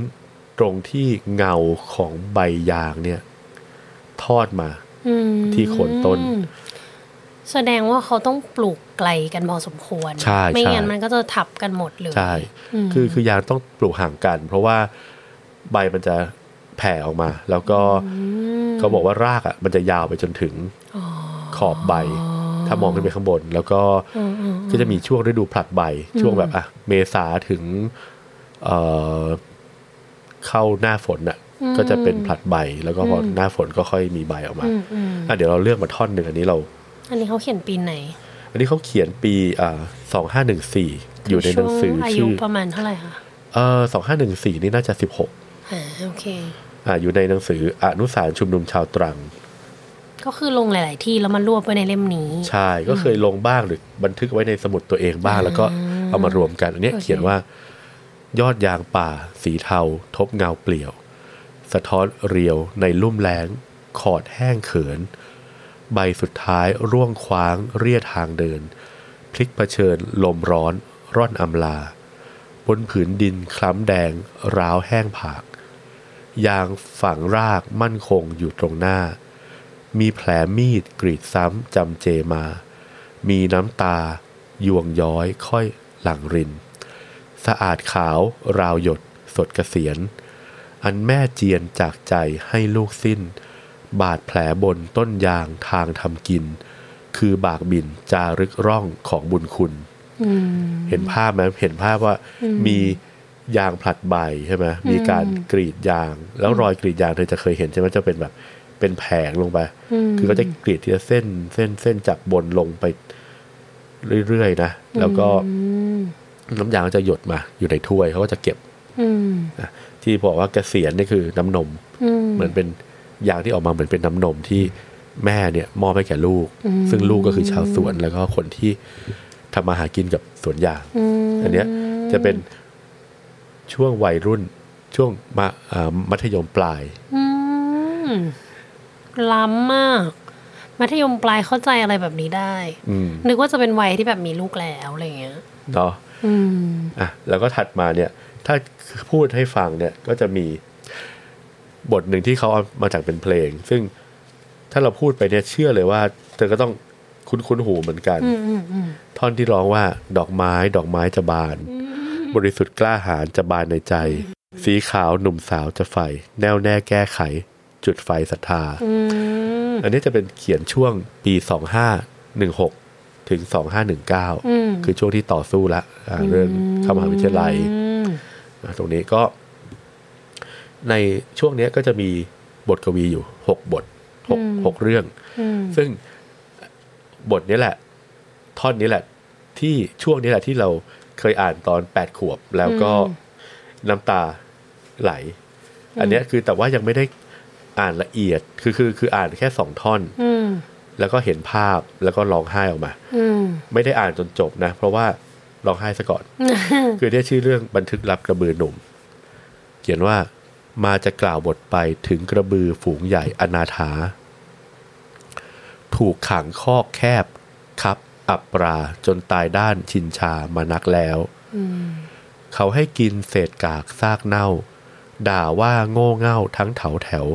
Speaker 2: ตรงที่เงาของใบยางเนี่ย ทอดมา
Speaker 1: อืม
Speaker 2: ที่โคนต้น
Speaker 1: แสดงว่าเขาต้องปลูกไกลกันพอสมควร
Speaker 2: ใช่ใช่
Speaker 1: ไม่งั้นมันก็จะทับกันหมดเลย
Speaker 2: ใช่
Speaker 1: อืม
Speaker 2: คือคือยางต้องปลูกห่างกัน เพราะว่าใบมันจะแผ่ออกมา แล้วก็
Speaker 1: ม
Speaker 2: เขาบอกว่ารากอ่ะ มันจะยาวไปจนถึงขอบใบ ถ้ามองขึ้นไปข้างบน แล้วก็
Speaker 1: อืมอืม
Speaker 2: ก็จะมีช่วงฤดูผลัดใบ ช่วงแบบอ่ะเมษาถึง เอ่อเข้าหน้าฝนอ่ะ
Speaker 1: อืม
Speaker 2: ก็จะเป็นผลัดใบแล้วก็พออหน้าฝนก็ค่อยมีใบออกมา
Speaker 1: อืมอืม
Speaker 2: อ่ะเดี๋ยวเราเลือกมาท่อนหนึ่งอันนี้เรา
Speaker 1: อันนี้เขาเขียนปีไหน
Speaker 2: อันนี้เขาเขียนปีอ่าสองห้าหนึ่งสี่อยู่ในหนังสือ
Speaker 1: ช่วอายุ
Speaker 2: ชื่อ
Speaker 1: ประมาณเท่าไหร่คะ
Speaker 2: เออสองห้าหนึ่งสี่นี่น่าจะสิบหก
Speaker 1: อ่าโอเค
Speaker 2: อ่าอยู่ในหนังสืออนุสารชุมนุมชาวตรัง
Speaker 1: ก็คือลงหลาย ๆ ที่แล้วมารวบไว้ในเล่มนี้
Speaker 2: ใช่ก็เคยลงบ้างหรือบันทึกไว้ในสมุดตัวเองบ้าง แล้วก็เอามารวมกัน อันเนี้ย
Speaker 1: โอเค
Speaker 2: เขียนว่า ยอดยางป่า สีเทา ทบเงาเปลี่ยว สะท้อนเรียวในลุ่มแล้ง ขอดแห้งเขิน ใบสุดท้ายร่วงคว้างเรียทางเดิน พลิกเผชิญ ลมร้อน ร่อนอำลา บนผืนดินคล้ำแดง ร้าวแห้งผาก ยางฝังรากมั่นคงอยู่ตรงหน้า มีแผลมีดกรีดซ้ำจำเจมา มีน้ำตา ยวงย้อยค่อยหลั่งริน สะอาดขาวราวหยดสดเกษียณ อันแม่เจียนจากใจให้ลูกสิ้น บาดแผลบนต้นยางทางทำกิน คือบากบินจารึกร่องของบุญคุณ
Speaker 1: อืม
Speaker 2: เห็นภาพไหมเห็นภาพว่ามียางผลัดใบใช่ไหมมีการกรีดยาง แล้วรอยกรีดยางเธอจะเคยเห็นใช่ไหมจะเป็นแบบเป็นแผงลงไป
Speaker 1: อืม
Speaker 2: คือก็จะกรีดทีละเส้นเส้นเส้นจากบนลงไปเรื่อยๆนะแล้วก็
Speaker 1: อืม
Speaker 2: น้ำยางก็จะหยดมาอยู่ในถ้วยเขาก็จะเก็บ
Speaker 1: อืม
Speaker 2: นะที่บอกว่าเกษียณนี่คือน้ำนม
Speaker 1: อืม
Speaker 2: เหมือนเป็นยางที่ออกมาเหมือนเป็นน้ำนมที่แม่เนี่ยมอบให้แก่ลูก
Speaker 1: อืม
Speaker 2: ซึ่งลูกก็คือชาวสวนแล้วก็คนที่ทำมาหากินกับสวนยาง
Speaker 1: ม
Speaker 2: อันเนี้ยจะเป็นช่วงวัยรุ่นช่วงมาอ่ามัธยมปลาย
Speaker 1: อืมล้ำมาก มัธยมปลายเข้าใจอะไรแบบนี้ได้
Speaker 2: อืม
Speaker 1: นึกว่าจะเป็นวัยที่แบบมีลูกแล้วอะไรอย่างเงี้ย
Speaker 2: เนาะ
Speaker 1: อืม
Speaker 2: อ่ะแล้วก็ถัดมาเนี่ย ถ้าพูดให้ฟังเนี่ยก็จะมีบทหนึ่งที่เขาเอามาจากเป็นเพลง ซึ่งถ้าเราพูดไปเนี่ยเชื่อเลยว่า เธอก็ต้องคุ้นคุ้นๆหูเหมือนกัน
Speaker 1: อืมอืมอืม
Speaker 2: ท่อนที่ร้องว่าดอกไม้ดอกไม้จะบาน บริสุทธิ์กล้าหาญจะบานในใจ สีขาวหนุ่มสาวจะใฝ่แน่วแน่แก้ไข จุดไฟศรัทธา
Speaker 1: อืม
Speaker 2: อันนี้จะเป็นเขียนช่วงปี 2516 ถึง 2519
Speaker 1: อืม
Speaker 2: คือช่วงที่ต่อสู้ละอ่าเรื่องเข้ามหาวิทยาลัย
Speaker 1: อืม
Speaker 2: อ่าตรงนี้ก็ ในช่วงเนี้ยก็จะมีบทกวีอยู่ 6 บท6 6เรื่อง
Speaker 1: อืม
Speaker 2: ซึ่งบทนี้แหละ ท่อนนี้แหละ ที่ช่วงนี้แหละที่เราเคยอ่านตอน 8 ขวบ แล้วก็น้ำตาไหล อันเนี้ยคือแต่ว่ายังไม่ได้อ่านละเอียด คือคือคืออ่านแค่สองท่อน
Speaker 1: อืม
Speaker 2: แล้วก็เห็นภาพแล้วก็ร้องไห้ออกมา
Speaker 1: อืม
Speaker 2: ไม่ได้อ่านจนจบนะ เพราะว่าร้องไห้ซะ ก่อน คือเนี่ยชื่อเรื่องบันทึกรับกระบือหนุ่ม เขียนว่ามาจะกล่าวบทไปถึงกระบือฝูงใหญ่อนาถา ถูกขังคอกแคบครับ อับปราจนตายด้านชินชามานักแล้ว
Speaker 1: อืม
Speaker 2: เขาให้กินเศษกากซากเน่า ด่าว่าโง่เง่าทั้งแถวแถว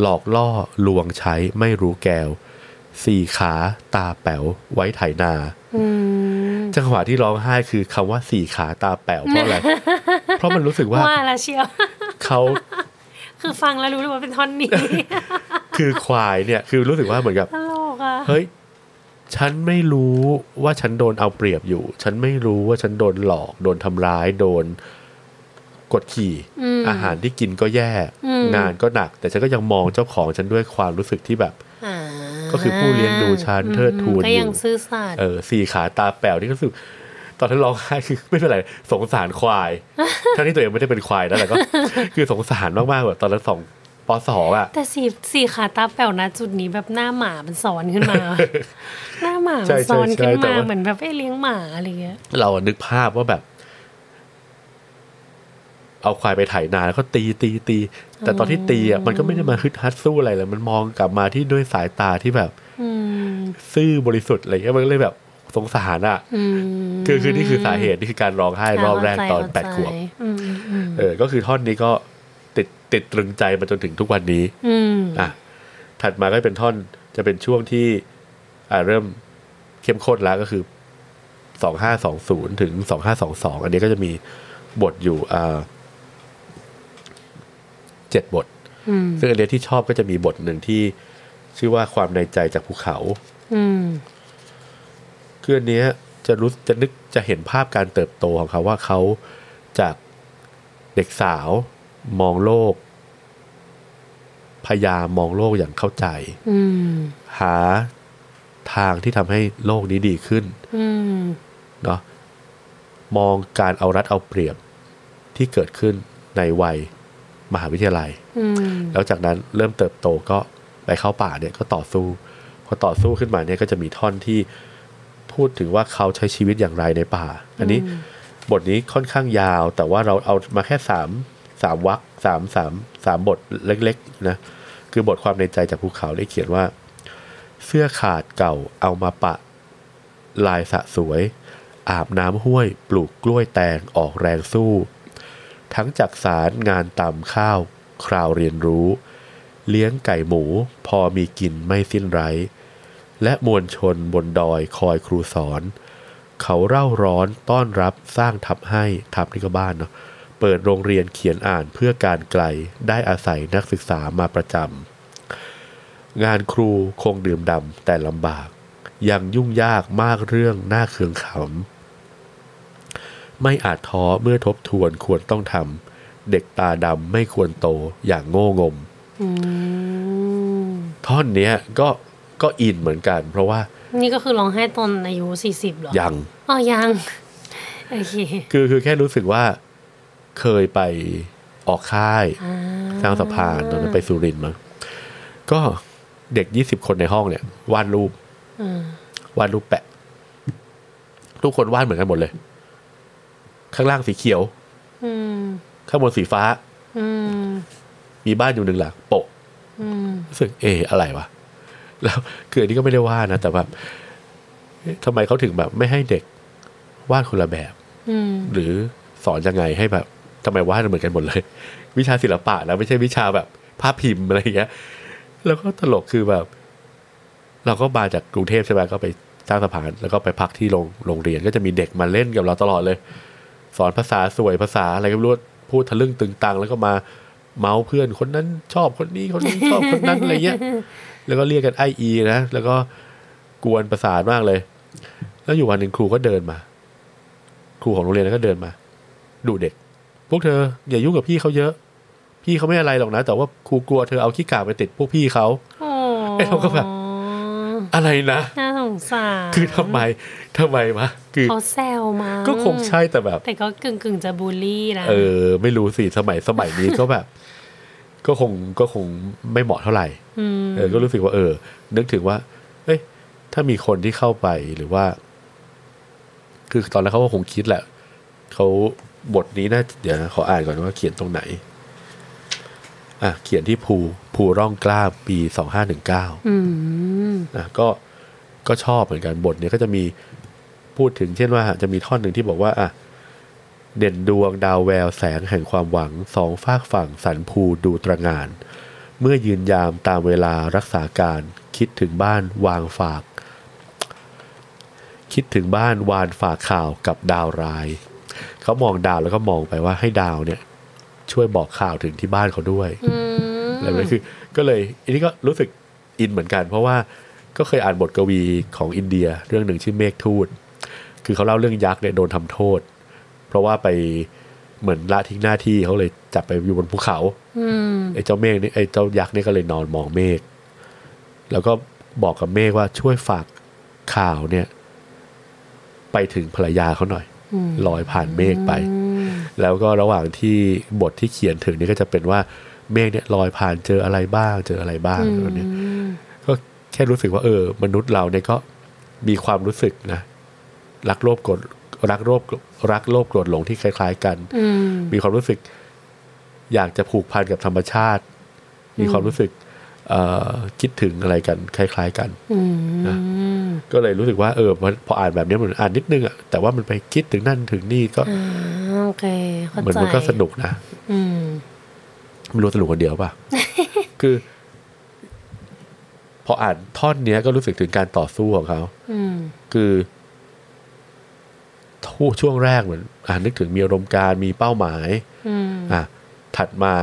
Speaker 2: หลอกล่อลวงใช้ไม่รู้แกว สี่ขาตาแป๋วไว้ไถนา
Speaker 1: อืม
Speaker 2: จังหวะที่ร้องไห้คือคำว่าสี่ขาตาแป๋วเพ ราะอะไร เพราะมันรู้สึกว่า
Speaker 1: ว่าแล้วเชียว
Speaker 2: เขา
Speaker 1: คือฟังแล้วรู้เลยว่าเป็นท่อนนี้
Speaker 2: คือควายเนี่ย คือรู้สึกว่าเหมือนกับ
Speaker 1: ตลกอ่ะ
Speaker 2: เฮ้ย ฉันไม่รู้ว่าฉันโดนเอาเปรียบอยู่ ฉันไม่รู้ว่าฉันโดนหลอก โดนทำร้าย โดน กดขี่ อาหารที่กินก็แย่
Speaker 1: อืม
Speaker 2: งานก็หนัก แต่ฉันก็ยังมองเจ้าของฉันด้วยความรู้สึกที่แบบ
Speaker 1: อ่า
Speaker 2: ก็คือผู้เลี้ยงดูฉันเทิดทูน
Speaker 1: ก็
Speaker 2: อยู่
Speaker 1: ยังซื่อสัตย์
Speaker 2: เออสี่ขาตาแป๋วนี่ก็รู้สึกตอนที่ร้องไห้คือ ไม่เป็นไรสงสารควาย ทั้งที่ตัวเองไม่ได้เป็นควายนะแต่ก็ คือสงสารมากๆแบบตอนนั้นสองปสองอ่ะ
Speaker 1: แต่สี่สี่ขาตาแป๋วนะจุดนี้แบบหน้าหมามันซ้อนขึ้นมา หน้าหมา
Speaker 2: ใช่
Speaker 1: มัน
Speaker 2: ใช่
Speaker 1: ซ้อน
Speaker 2: ใช่
Speaker 1: ขึ้น
Speaker 2: แต่
Speaker 1: มา
Speaker 2: ว่า
Speaker 1: เหมือนแบบไอ้เลี้ยงหมาอะไรเงี้ย
Speaker 2: เราอะนึกภาพว่าแบบ เอาควายไปไถนาแล้วก็ตีตีตี แต่ตอนที่ตีอ่ะมันก็ไม่ได้มาฮึดฮัดสู้อะไรเลยมันมองกลับมาที่ด้วยสายตาที่แบบ
Speaker 1: อืม
Speaker 2: ซื่อบริสุทธิ์อะไรเงี้ยมันก็เลยแบบสงสารอ่ะ
Speaker 1: อืม
Speaker 2: คือคือนี่คือสาเหตุนี่คือการร้องไห้รอบแรกตอน
Speaker 1: เข้าใจ
Speaker 2: แปดขวบ
Speaker 1: อืมอืม
Speaker 2: เออ ก็คือท่อนนี้ก็ติดติดตรึงใจมาจนถึงทุกวันนี้
Speaker 1: อืม
Speaker 2: อ่ะ ถัดมาก็เป็นท่อนจะเป็นช่วงที่ อ่าเริ่มเข้มข้นแล้วก็คือสองห้าสองศูนย์ถึงสองห้าสองสองอันนี้ก็จะมีบทอยู่อ่าเจ็ดบท
Speaker 1: อืม
Speaker 2: ซึ่งอันเนี้ยที่ชอบก็จะมีบทหนึ่งที่ชื่อว่าความในใจจากภูเขา
Speaker 1: อืม
Speaker 2: คืออันเนี้ยจะรู้จะนึกจะเห็นภาพการเติบโตของเขาว่าเขาจากเด็กสาวมองโลก พยายามมองโลกอย่างเข้าใจ
Speaker 1: อืม
Speaker 2: หาทางที่ทำให้โลกนี้ดีขึ้น
Speaker 1: อืม
Speaker 2: เนาะมองการเอารัดเอาเปรียบที่เกิดขึ้นในวัยมหาวิทยาลัย
Speaker 1: อืม
Speaker 2: แล้วจากนั้นเริ่มเติบโตก็ไปเข้าป่าเนี่ยก็ต่อสู้พอต่อสู้ขึ้นมาเนี่ยก็จะมีท่อนที่พูดถึงว่าเขาใช้ชีวิตอย่างไรในป่า อันนี้บทนี้ค่อนข้างยาว แต่ว่าเราเอามาแค่สามสามวักสามสามสามบทเล็กๆนะคือบทความในใจจากภูเขาได้เขียนว่า เสื้อขาดเก่าเอามาปะ ลายสะสวย อาบน้ำห้วย ปลูกกล้วยแตงออกแรงสู้ ทั้งจักสารงานตำข้าว คราวเรียนรู้ เลี้ยงไก่หมู พอมีกินไม่สิ้นไร้ และมวลชนบนดอยคอยครูสอน เขาเร่าร้อนต้อนรับสร้างทับให้ทับนี่ก็บ้านเนาะเปิดโรงเรียนเขียนอ่านเพื่อการไกลได้อาศัยนักศึกษามาประจำงานครูคงดื่มดำแต่ลำบาก ยังยุ่งยากมากเรื่องหน้าเคืองขำ ไม่อาจท้อเมื่อทบทวนควรต้องทำเด็กตาดำไม่ควรโตอย่างโง่งม
Speaker 1: อืม
Speaker 2: ท่อนเนี้ยก็ก็อินเหมือนกัน เพราะว่า
Speaker 1: นี่ก็คือร้องไห้ตอนอายุสี่สิบหรอ
Speaker 2: ยัง
Speaker 1: อ๋อยังโอเค
Speaker 2: คือคือแค่รู้สึกว่าเคยไปออกค่าย
Speaker 1: อ่า
Speaker 2: สร้างสะพานตอนนั้นไปสุรินทร์มั้งก็เด็กยี่สิบคนในห้องเนี่ยวาดรูป
Speaker 1: อืม
Speaker 2: วาดรูปแปะ ทุกคนวาดเหมือนกันหมดเลย ข้างล่างสีเขียว
Speaker 1: อืม
Speaker 2: ข้างบนสีฟ้า
Speaker 1: อืม
Speaker 2: มีบ้านอยู่หนึ่งหลังโปะ
Speaker 1: อืม
Speaker 2: รู้สึกเอออะไรวะ แล้วคืออันนี้ก็ไม่ได้ว่านะ แต่แบบเอ๊ะทำไมเขาถึงแบบ ไม่ให้เด็กวาดคนละแบบ
Speaker 1: อืม
Speaker 2: หรือสอนยังไงให้แบบทำไมวาดเหมือนกันหมดเลย วิชาศิลปะนะไม่ใช่วิชาแบบภาพพิมพ์อะไรอย่างเงี้ย แล้วก็ตลกคือแบบ เราก็มาจากกรุงเทพใช่ไหมก็ไปสร้างสะพาน แล้วก็ไปพักที่โรงโรงเรียนก็จะมีเด็กมาเล่นกับเราตลอดเลย สอนภาษาสวยภาษาอะไรก็ไม่รู้พูดทะลึ่งตึงตังแล้วก็มาเมาส์เพื่อนคนนั้นชอบคนนี้คนนี้ชอบคนนั้นอะไรเงี้ย แล้วก็เรียกกันไออีนะแล้วก็กวนประสาทมากเลย แล้วอยู่วันหนึ่งครูก็เดินมา ครูของโรงเรียนนนก็เดินมาดูเด็ก พวกเธออย่ายุ่งกับพี่เขาเยอะ พี่เขาไม่อะไรหรอกนะ แต่ว่าครูกลัวเธอเอาขี้กากไปติดพวกพี่เขา
Speaker 1: โอ้
Speaker 2: ไอ้เราก็แบบ อะไรนะ
Speaker 1: น่าสงสาร
Speaker 2: คือทำไมทำไมวะคือ
Speaker 1: เขาแซวมา
Speaker 2: ก็คงใช่แต่แบบ
Speaker 1: แต่ก็กึ่งกึ่งๆจะบูลลี่นะ
Speaker 2: เออ ไม่รู้สิสมัยสมัยนี้ก็แบบ ก็คงก็คงไม่เหมาะเท่าไหร่
Speaker 1: ม
Speaker 2: เออก็รู้สึกว่าเออ นึกถึงว่า เอ้ย ถ้ามีคนที่เข้าไปหรือว่า คือตอนแรกเขาก็คงคิดแหละ เขาบทนี้น่าเดี๋ยวนะขออ่านก่อนว่าเขียนตรงไหน อ่ะ เขียนที่ภูภูร่องกล้าปีสองห้าหนึ่งเก้า
Speaker 1: อืม
Speaker 2: นะก็ก็ชอบเหมือนกันบทเนี้ยก็จะมีพูดถึงเช่นว่าจะมีท่อนหนึ่งที่บอกว่าอ่ะเด่นดวงดาวแววแสงแห่งความหวังสองฝากฝั่งสันภูดูตระหงาน เมื่อยืนยามตามเวลารักษาการคิดถึงบ้านวางฝาก คิดถึงบ้านวานฝากข่าวกับดาวร้าย เขามองดาวแล้วก็มองไปว่าให้ดาวเนี่ย ช่วยบอกข่าวถึงที่บ้านเขาด้วย
Speaker 1: อืม
Speaker 2: อะไรแบบนี้คือก็เลยอันนี้ก็รู้สึกอินเหมือนกัน เพราะว่าก็เคยอ่านบทกวีของอินเดีย เรื่องหนึ่งชื่อเมฆทูต คือเขาเล่าเรื่องยักษ์เนี่ยโดนทำโทษ เพราะว่าไป เหมือนละทิ้งหน้าที่เขาเลยจับไปอยู่บนภูเขา
Speaker 1: อืม
Speaker 2: ไอ้เจ้าเมฆนี่ไอ้เจ้ายักษ์นี่ก็เลยนอนมองเมฆแล้วก็บอกกับเมฆว่าช่วยฝากข่าวเนี่ย ไปถึงภรรยาเขาหน่อย
Speaker 1: อืม
Speaker 2: ลอยผ่านเมฆไป
Speaker 1: อืม
Speaker 2: แล้วก็ระหว่างที่บทที่เขียนถึงนี่ก็จะเป็นว่าเมฆเนี่ยลอยผ่านเจออะไรบ้าง เจออะไรบ้างอะไรแบบเนี้ย
Speaker 1: อืม
Speaker 2: ก็แค่รู้สึกว่าเออ มนุษย์เราเนี่ยก็มีความรู้สึกนะ รักโลภโกรธรักโลภรักโลภโกรธหลงที่คล้าย ๆ กัน
Speaker 1: อืม
Speaker 2: มีความรู้สึกอยากจะผูกพันกับธรรมชาติ มีความรู้สึกเอ่อคิดถึงอะไรกัน คล้าย ๆ กัน
Speaker 1: อืม
Speaker 2: ก็เลยรู้สึกว่าเออพอพออ่านแบบนี้เหมือนอ่านนิดนึงอะแต่ว่ามันไปคิดถึงนั่นถึงนี่ก็
Speaker 1: อ่าโอเคเข้า
Speaker 2: เหมือน
Speaker 1: ใจ
Speaker 2: มันก็สนุกนะ
Speaker 1: อืม
Speaker 2: ไม่รู้สนุกคนเดียว ป่ะ คือ พออ่านท่อนเนี้ยก็รู้สึกถึงการต่อสู้ของเขา
Speaker 1: อืม
Speaker 2: คือทู่ช่วงแรกเหมือนอ่านึกถึงมีอารมณ์การมีเป้าหมาย
Speaker 1: อืม
Speaker 2: อ่ะถัดมา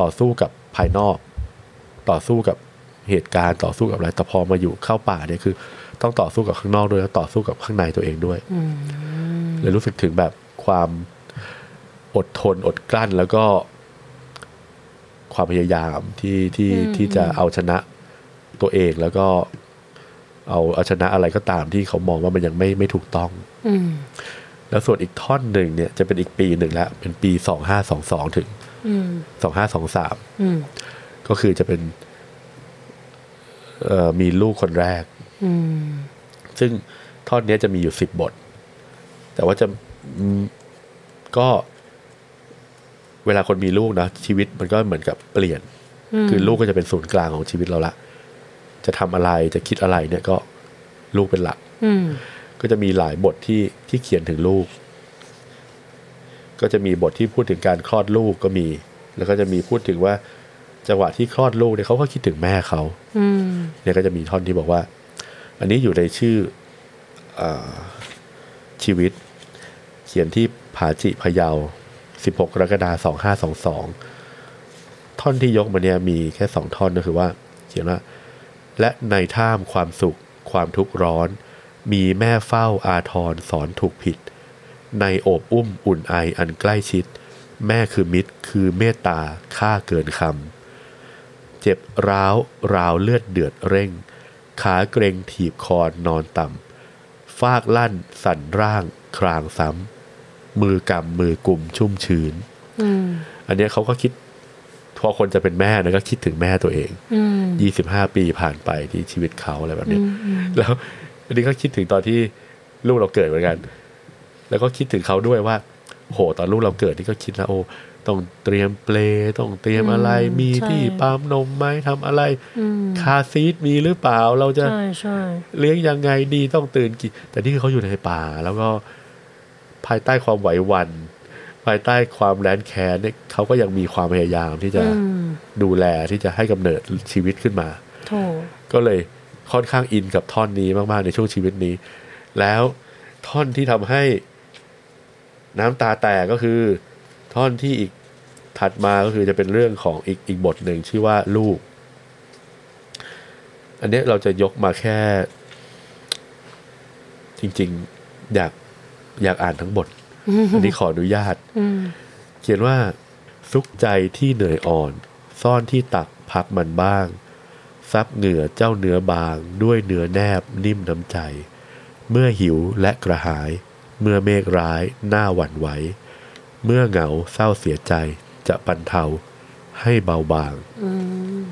Speaker 2: ต่อสู้กับภายนอก ต่อสู้กับเหตุการณ์ต่อสู้กับอะไรแต่พอมาอยู่เข้าป่าเนี่ยคือ ต้องต่อสู้กับข้างนอกด้วยแล้วต่อสู้กับข้างในตัวเองด้วย
Speaker 1: อืม
Speaker 2: เลยรู้สึกถึงแบบความอดทนอดกลั้นแล้วก็ความพยายามที่ที่
Speaker 1: อืม
Speaker 2: ที่จะเอาชนะตัวเองแล้วก็ เอาเอาชนะอะไรก็ตามที่เขามองว่ามันยังไม่ไม่ถูกต้อง
Speaker 1: อืม
Speaker 2: แล้วส่วนอีกท่อนหนึ่งเนี่ยจะเป็นอีกปีหนึ่งละเป็นปีสองห้าสองสองถึง
Speaker 1: อืม
Speaker 2: สองห้าสองสาม
Speaker 1: อืม
Speaker 2: ก็คือจะเป็นเอ่อมีลูกคนแรก
Speaker 1: อืม
Speaker 2: ซึ่งท่อนเนี้ยจะมีอยู่สิบบท แต่ว่าจะอืมก็เวลาคนมีลูกนะชีวิตมันก็เหมือนกับเปลี่ยน
Speaker 1: ม
Speaker 2: คือลูกก็จะเป็นศูนย์กลางของชีวิตเราละจะทำอะไรจะคิดอะไรเนี่ยก็ลูกเป็นหลัก
Speaker 1: อืม
Speaker 2: ก็จะมีหลายบทที่ที่เขียนถึงลูก ก็จะมีบทที่พูดถึงการคลอดลูกก็มี แล้วก็จะมีพูดถึงว่าจังหวะที่คลอดลูกเนี่ยเขาก็คิดถึงแม่เขา
Speaker 1: อืม
Speaker 2: เนี่ยก็จะมีท่อนที่บอกว่า อันนี้อยู่ในชื่อเออชีวิต เขียนที่ผาจิพะเยา 16 กรกฎาคม2522 ท่อนที่ยกมาเนี่ยมีแค่สองท่อนก็คือว่า เขียนว่า และในท่ามความสุข ความทุกข์ร้อน มีแม่เฝ้าอาทรสอนถูกผิด ในโอบอุ้มอุ่นไออันใกล้ชิด แม่คือมิตร คือเมตตาค่าเกินคำเจ็บร้าวราวเลือดเดือดเร่ง ขาเกรงถีบคอนนอนต่ำฟากลั่น สั่นร่าง ครางซ้ำมือกำมือกลุ่มชุ่มชื้น
Speaker 1: อืม
Speaker 2: อันเนี้ยเขาก็คิดพอคนจะเป็นแม่นะก็คิดถึงแม่ตัวเอง
Speaker 1: อืม
Speaker 2: ยี่สิบห้าปีผ่านไปที่ชีวิตเขาอะไรแบบเนี้ย
Speaker 1: อืมอืม
Speaker 2: แล้วอันนี้ก็คิดถึงตอนที่ลูกเราเกิดเหมือนกัน แล้วก็คิดถึงเขาด้วยว่า โหตอนลูกเราเกิดนี่ก็คิดนะโอ้ต้องเตรียมเปลต้องเตรียมอะไร
Speaker 1: อืม
Speaker 2: มี
Speaker 1: ใช่
Speaker 2: ที่ปั๊มนมไหมทำอะไร
Speaker 1: อืม
Speaker 2: คาซีดมีหรือเปล่าเราจะ
Speaker 1: ใช่ใช่
Speaker 2: เลี้ยงยังไงดีต้องตื่นกี่แต่นี่คือเขาอยู่ในป่า แล้วก็ภายใต้ความไหวหวัน ภายใต้ความแรนแค้นเนี่ยเขาก็ยังมีความพยายามที่จะ
Speaker 1: อืม
Speaker 2: ดูแลที่จะให้กำเนิดชีวิตขึ้นมา
Speaker 1: ถูก
Speaker 2: ก็เลยค่อนข้างอินกับท่อนนี้มาก ๆ ในช่วงชีวิตนี้ แล้วท่อนที่ทำให้น้ำตาแตกก็คือ ท่อนที่อีกถัดมาก็คือจะเป็นเรื่องของอีกอีกบทหนึ่งชื่อว่าลูก อันเนี้ยเราจะยกมาแค่ จริง ๆ อยากอยากอ่านทั้งบท อันนี้ขออนุญาต
Speaker 1: อืม
Speaker 2: เขียนว่าซุกใจที่เหนื่อยอ่อน ซ่อนที่ตักพักมันบ้าง ซับเหงื่อเจ้าเนื้อบาง ด้วยเนื้อแนบนิ่มน้ำใจ เมื่อหิวและกระหาย เมื่อเมฆร้ายหน้าหวั่นไหว เมื่อเหงาเศร้าเสียใจจะปันเทาให้เบาบาง
Speaker 1: อืม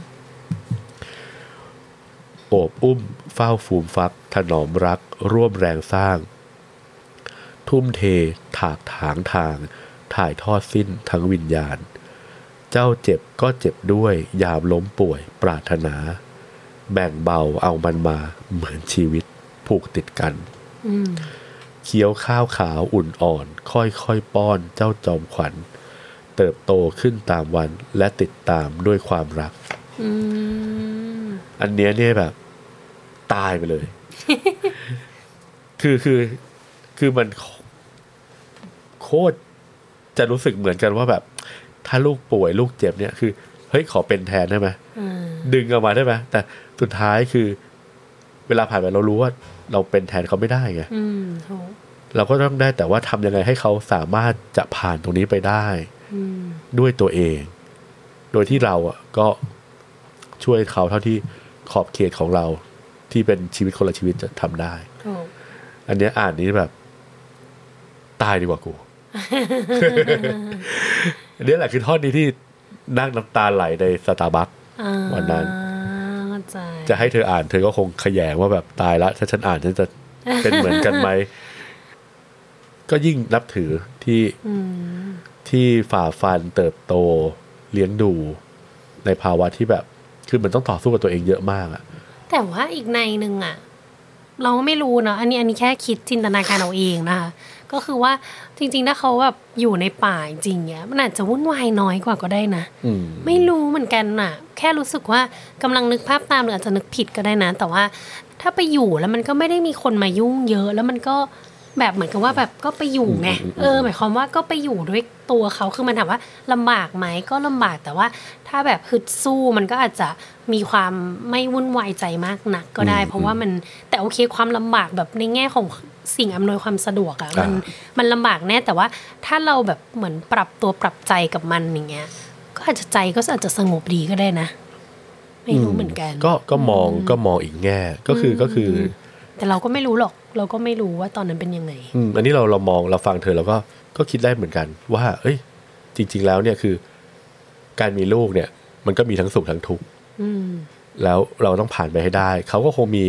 Speaker 2: โอบอุ้มเฝ้าฟูมฟัก ถนอมรัก ร่วมแรงสร้าง ทุ่มเท ถากถางทาง ถ่ายทอดสิ้นทั้งวิญญาณ เจ้าเจ็บก็เจ็บด้วย ยามล้มป่วยปรารถนา แบ่งเบาเอามันมาเหมือนชีวิต ผูกติดกัน
Speaker 1: อืม
Speaker 2: เคี้ยวข้าวขาวอุ่นอ่อน ค่อยๆป้อนเจ้าจอมขวัญ เติบโตขึ้นตามวันและติดตามด้วยความรัก
Speaker 1: อืม
Speaker 2: อันเนี้ยเนี่ยแบบตายไปเลย คือคือคือมันโคโคตรจะรู้สึกเหมือนกันว่าแบบ ถ้าลูกป่วยลูกเจ็บเนี่ยคือเฮ้ยขอเป็นแทนได้ไหม
Speaker 1: อืม
Speaker 2: ดึงออกมาได้ไหมแต่สุดท้ายคือ เวลาผ่านไปเรารู้ว่า เราเป็นแทนเขาไม่ได้ไง
Speaker 1: อืมถูก
Speaker 2: เราก็ต้องได้แต่ว่าทำยังไงให้เขาสามารถจะผ่านตรงนี้ไปได้ ด้วยตัวเอง โดยที่เราอะก็ช่วยเขาเท่าที่ขอบเขตของเรา ที่เป็นชีวิตคนละชีวิตจะทำได้
Speaker 1: ถูก
Speaker 2: อันเนี้ยอ่านนี้แบบ ตายดีกว่ากู อันเนี้ยแหละคือท่อนนี้ที่นั่งน้ำตาไหลในสตาร์บัค
Speaker 1: อ่า
Speaker 2: วันนั้น
Speaker 1: เข้าใจ
Speaker 2: จะให้เธออ่านเธอก็คงขยงว่าแบบตายละถ้าฉันอ่านฉันจะเป็นเหมือนกันไหม ก็ยิ่งนับถือที่
Speaker 1: อืม
Speaker 2: ที่ฝ่าฟันเติบโตเลี้ยงดู ในภาวะที่แบบ คือมันต้องต่อสู้กับตัวเองเยอะมากอะ
Speaker 1: แต่ว่าอีกในหนึ่งอะเราไม่รู้เนอะอันนี้อันนี้แค่คิดจินตนาการเอาเองนะคะก็คือว่าจริง ๆ ถ้าเขาแบบอยู่ในป่าจริงๆเนี้ยมันอาจจะวุ่นวายน้อยกว่าก็ได้นะ
Speaker 2: อืม
Speaker 1: ไม่รู้เหมือนกันน่ะ แค่รู้สึกว่ากำลังนึกภาพตามหรืออาจจะนึกผิดก็ได้นะ แต่ว่าถ้าไปอยู่แล้วมันก็ไม่ได้มีคนมายุ่งเยอะ แล้วมันก็แบบเหมือนกับว่าแบบก็ไปอยู่ไง
Speaker 2: อืมอืมอืม
Speaker 1: เออหมายความว่าก็ไปอยู่ด้วยตัวเขาคือมันถามว่าลำบากไหมก็ลำบากแต่ว่า ถ้าแบบฮึดสู้มันก็อาจจะมีความไม่วุ่นวายใจมากนักก็ได้ เพราะว่ามันแต่โอเคความลำบากแบบในแง่ของสิ่งอำนวยความสะดวกอะมันมันลำบากแน่แต่ว่าถ้าเราแบบเหมือนปรับตัวปรับใจกับมันอย่างเงี้ย ก็อาจจะใจก็อาจจะสงบดีก็ได้นะ ไม่รู้เหมือนกัน
Speaker 2: ก็ก็มองก็มองอีกแง่ ก็คือก็คือ
Speaker 1: แต่เราก็ไม่รู้หรอก เราก็ไม่รู้ว่าตอนนั้นเป็นยังไง
Speaker 2: อืมอันนี้เราเรามองเราฟังเธอเราก็ก็คิดได้เหมือนกัน ว่า เอ้ย จริง ๆ แล้วเนี่ยคือ การมีลูกเนี่ย มันก็มีทั้งสุขทั้งทุกข์
Speaker 1: อืม
Speaker 2: แล้วเราต้องผ่านไปให้ได้ เขาก็คงมี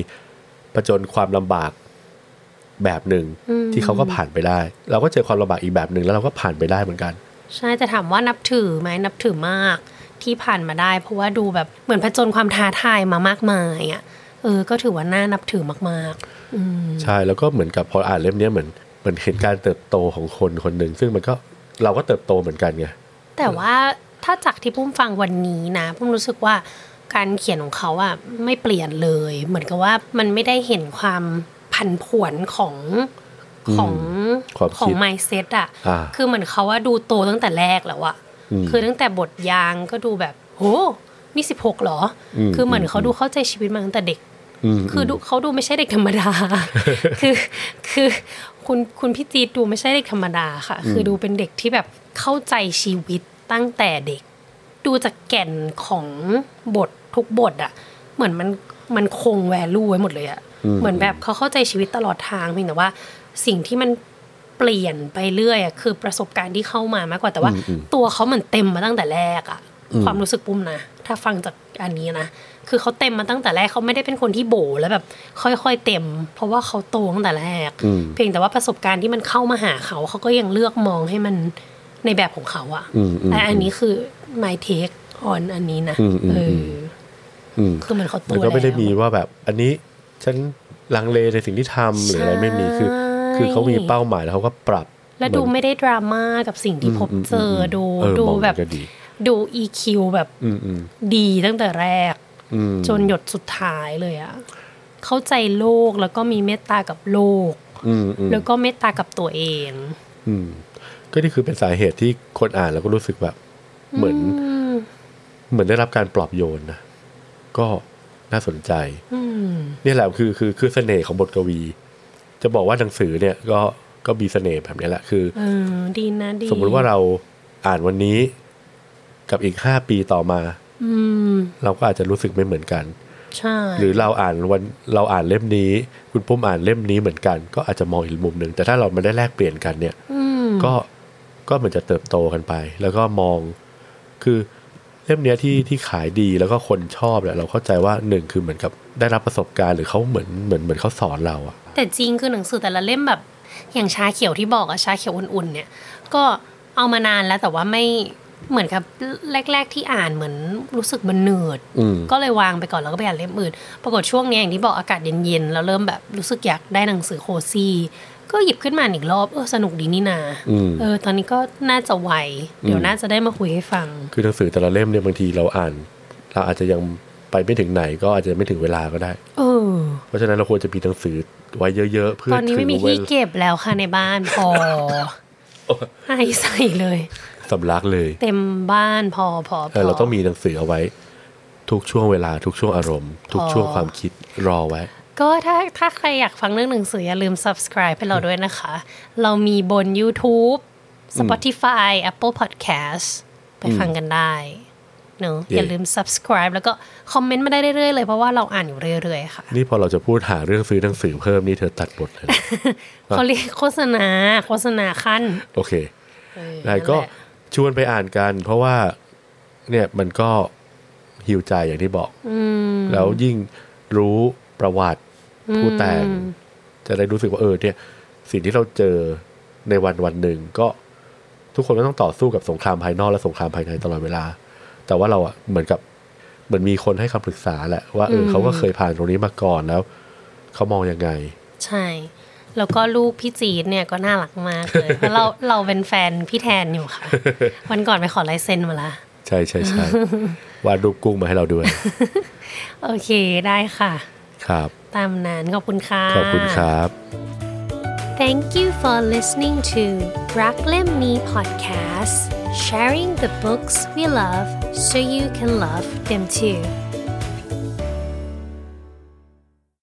Speaker 2: ผจญความลำบากแบบหนึ่ง
Speaker 1: อืม
Speaker 2: ที่เขาก็ผ่านไปได้ เราก็เจอความลำบากอีกแบบหนึ่งแล้วเราก็ผ่านไปได้เหมือนกัน
Speaker 1: ใช่แต่ถามว่านับถือไหมนับถือมากที่ผ่านมาได้ เพราะว่าดูแบบเหมือนผจญความท้าทายมามากมายอ่ะเออ ก็ถือว่าน่านับถือมากๆ อืม
Speaker 2: ใช่แล้วก็เหมือนกับพออ่านเล่มเนี้ยเหมือนเหมือนเห็นการเติบโตของคนคนหนึ่งซึ่งมันก็เราก็เติบโตเหมือนกันไง
Speaker 1: แต่ว่าถ้าจากที่พุ่มฟังวันนี้นะพุ่มรู้สึกว่าการเขียนของเขาอะไม่เปลี่ยนเลย เหมือนกับว่ามันไม่ได้เห็นความผันผวนของของ
Speaker 2: ความ
Speaker 1: ของ
Speaker 2: คิด
Speaker 1: mindset อะ
Speaker 2: อ่า
Speaker 1: คือเหมือนเขาว่าดูโตตั้งแต่แรกแล้วอะ
Speaker 2: อืม
Speaker 1: คือตั้งแต่บทยางก็ดูแบบโหนี่สิบหกหรออ
Speaker 2: ม
Speaker 1: คือเหมือนเขาดูเข้าใจชีวิตมาตั้งแต่เด็ก
Speaker 2: ม
Speaker 1: คือดูเขาดูไม่ใช่เด็กธรรมดา คือคือคุณคุณพี่จีดดูไม่ใช่เด็กธรรมดาค่ะ คือดูเป็นเด็กที่แบบเข้าใจชีวิตตั้งแต่เด็ก ดูจากแก่นของบททุกบทอะเหมือนมันมันคงแวลูไว้หมดเลยอะเหมือนแบบเขาเข้าใจชีวิตตลอดทางเพียงแต่ว่าสิ่งที่มันเปลี่ยนไปเรื่อยอะคือประสบการณ์ที่เข้ามามากกว่าแต่ว่า ตัวเขาเหมือนเต็มมาตั้งแต่แรกอะความรู้สึกปุ้มนะถ้าฟังจากอันนี้นะคือเขาเต็มมาตั้งแต่แรกเขาไม่ได้เป็นคนที่โบแล้วแบบ ค่อยๆเต็ม เพราะว่าเขาโตตั้งแต่แรก
Speaker 2: อืม
Speaker 1: เพียงแต่ว่าประสบการณ์ที่มันเข้ามาหาเขาเขาก็ยังเลือกมองให้มันในแบบของเขาอะ
Speaker 2: อืมอืม
Speaker 1: แต่อันนี้คือ my take on อันนี้นะ
Speaker 2: อืมอืม
Speaker 1: เออ
Speaker 2: ม อืม
Speaker 1: คือมันเขาโตั
Speaker 2: มัน
Speaker 1: ว
Speaker 2: ก็ไม่ได้
Speaker 1: แล้ว
Speaker 2: มีว่าแบบ อันนี้ฉันลังเลในสิ่งที่ทำหรืออะไรไม่มีคือ
Speaker 1: ใช่
Speaker 2: คือเขามีเป้าหมายแล้วเขาก็ปรับ
Speaker 1: และดูไม่ได้ดราม่ากับสิ่งที่พบเจออดู
Speaker 2: เออ
Speaker 1: ดู
Speaker 2: มอง
Speaker 1: แบบ
Speaker 2: ก็ดี
Speaker 1: ดู EQ แบบ
Speaker 2: อืมอืม
Speaker 1: ดีตั้งแต่แรก
Speaker 2: อืม
Speaker 1: จนหยดสุดท้ายเลยอะเข้าใจโลกแล้วก็มีเมตตากับโลก
Speaker 2: อืมอืม
Speaker 1: แล้วก็เมตตากับตัวเอง
Speaker 2: อืมก็นี่คือเป็นสาเหตุที่คนอ่านแล้วก็รู้สึกแบบ เหมือน
Speaker 1: อืม
Speaker 2: เหมือนได้รับการปลอบโยนนะก็น่าสนใจ
Speaker 1: อืม
Speaker 2: เนี่ยแหละคือคือคือเสน่ห์ของบทกวี จะบอกว่าหนังสือเนี่ย ก็ก็มีเสน่ห์แบบนี้แหละคือ
Speaker 1: เออดีนะดี
Speaker 2: สมมุติว่าเราอ่านวันนี้กับอีกห้าปีต่อมา
Speaker 1: อืม
Speaker 2: เราก็อาจจะรู้สึกไม่เหมือนกัน
Speaker 1: ใช่
Speaker 2: หรือเราอ่านวันเราอ่านเล่มนี้ คุณปุ้มอ่านเล่มนี้เหมือนกัน ก็อาจจะมองอีกมุมหนึ่งแต่ถ้าเราไม่ได้แลกเปลี่ยนกันเนี่ย
Speaker 1: ม
Speaker 2: ก็ก็เหมือนจะเติบโตกันไป แล้วก็มองคือเล่มเนี้ยที่ที่ขายดีแล้วก็คนชอบเนี่ยเราเข้าใจว่าหนึ่งคือเหมือนกับได้รับประสบการณ์หรือเขาเหมือนเหมือนเหมือนเขาสอนเราอะ
Speaker 1: แต่จริงคือหนังสือแต่ละเล่มแบบ อย่างชาเขียวที่บอกอะชาเขียวอุ่นๆเนี่ย ก็เอามานานแล้วแต่ว่าไม่เหมือนกับแรก ๆที่อ่านเหมือนรู้สึกมันเหนืด
Speaker 2: อืม
Speaker 1: ก็เลยวางไปก่อนแล้วก็ไปอ่านเล่มอื่น ปรากฏช่วงเนี้ยอย่างที่บอกอากาศเย็นๆ แล้วเริ่มแบบรู้สึกอยากได้หนังสือโคซี่ ก็หยิบขึ้นมาอีกรอบ เออสนุกดีนี่นา
Speaker 2: อืม
Speaker 1: เออ ตอนนี้ก็น่าจะไหว เดี๋ยวน่าจะได้มาคุยให้ฟัง
Speaker 2: คือหนังสือแต่ละเล่มเนี่ยบางทีเราอ่าน เราอาจจะยังไปไม่ถึงไหนก็อาจจะไม่ถึงเวลาก็ได้
Speaker 1: เออ
Speaker 2: เพราะฉะนั้นเราควรจะมีหนังสือไว้เยอะๆเพื่อ
Speaker 1: ตอนนี้ไม่มี
Speaker 2: ถื
Speaker 1: ที่
Speaker 2: อว้
Speaker 1: เก็บแล้วค่ะในบ้านพอ ให้ใส่เลย
Speaker 2: สำลักเลย
Speaker 1: เต็มบ้านพอพอพ
Speaker 2: เออเราต้องมีหนังสือเอาไว้ ทุกช่วงเวลา ทุกช่วงอารมณ์ ทุกช่วงความคิดรอไว้
Speaker 1: ก็ถ้าถ้าใครอยากฟังเรื่องหนังสืออย่าลืม subscribe ให้เราด้วยนะคะ เรามีบน YouTube Spotify Apple Podcast ไปฟังกันได้เนอะ
Speaker 2: เย่
Speaker 1: อย่าลืม subscribe แล้วก็คอมเมนต์มาได้เรื่อยๆเลยเพราะว่าเราอ่านอยู่เรื่อยๆค่ะ
Speaker 2: นี่พอเราจะพูดหาเรื่องซื้อหนังสือเพิ่มนี่เธอตัดบทเลยนะ
Speaker 1: เขาเรียกโฆษณา โฆษณาขั้น
Speaker 2: โอเค
Speaker 1: เออ
Speaker 2: ได้ก็
Speaker 1: นั่นแหละ
Speaker 2: ชวนไปอ่านกัน เพราะว่าเนี่ยมันก็ฮิวใจอย่างที่บอก
Speaker 1: อืม
Speaker 2: แล้วยิ่งรู้ประวัติผู้แต่ง
Speaker 1: อืม
Speaker 2: จะได้รู้สึกว่าเออเนี่ยสิ่งที่เราเจอในวันวันหนึ่งก็ทุกคนก็ต้องต่อสู้กับสงครามภายนอกและสงครามภายในตลอดเวลา แต่ว่าเราอะเหมือนกับเหมือนมีคนให้คำปรึกษาแหละว่าเออเขาก็เคยผ่านตรงนี้มาก่อนแล้วเขามองยังไง
Speaker 1: ใช่ แล้วก็ลูกพี่จีดเนี่ยก็น่ารักมาก เลยเพราะเราเราเป็นแฟนพี่แทนอยู่ค่ะ วันก่อนไปขอลายเซ็นมาละ
Speaker 2: ใช่ใช่ ใช่ วาดรูปกุ้งมาให้เราด้วย
Speaker 1: โอเคได้ค่ะ
Speaker 2: ครับ
Speaker 1: ตามนั้นขอบคุณค่ะ
Speaker 2: ขอบคุณครับ
Speaker 1: Thank you for listening to รักเล่มนี้ podcast sharing the books we love so you can love them too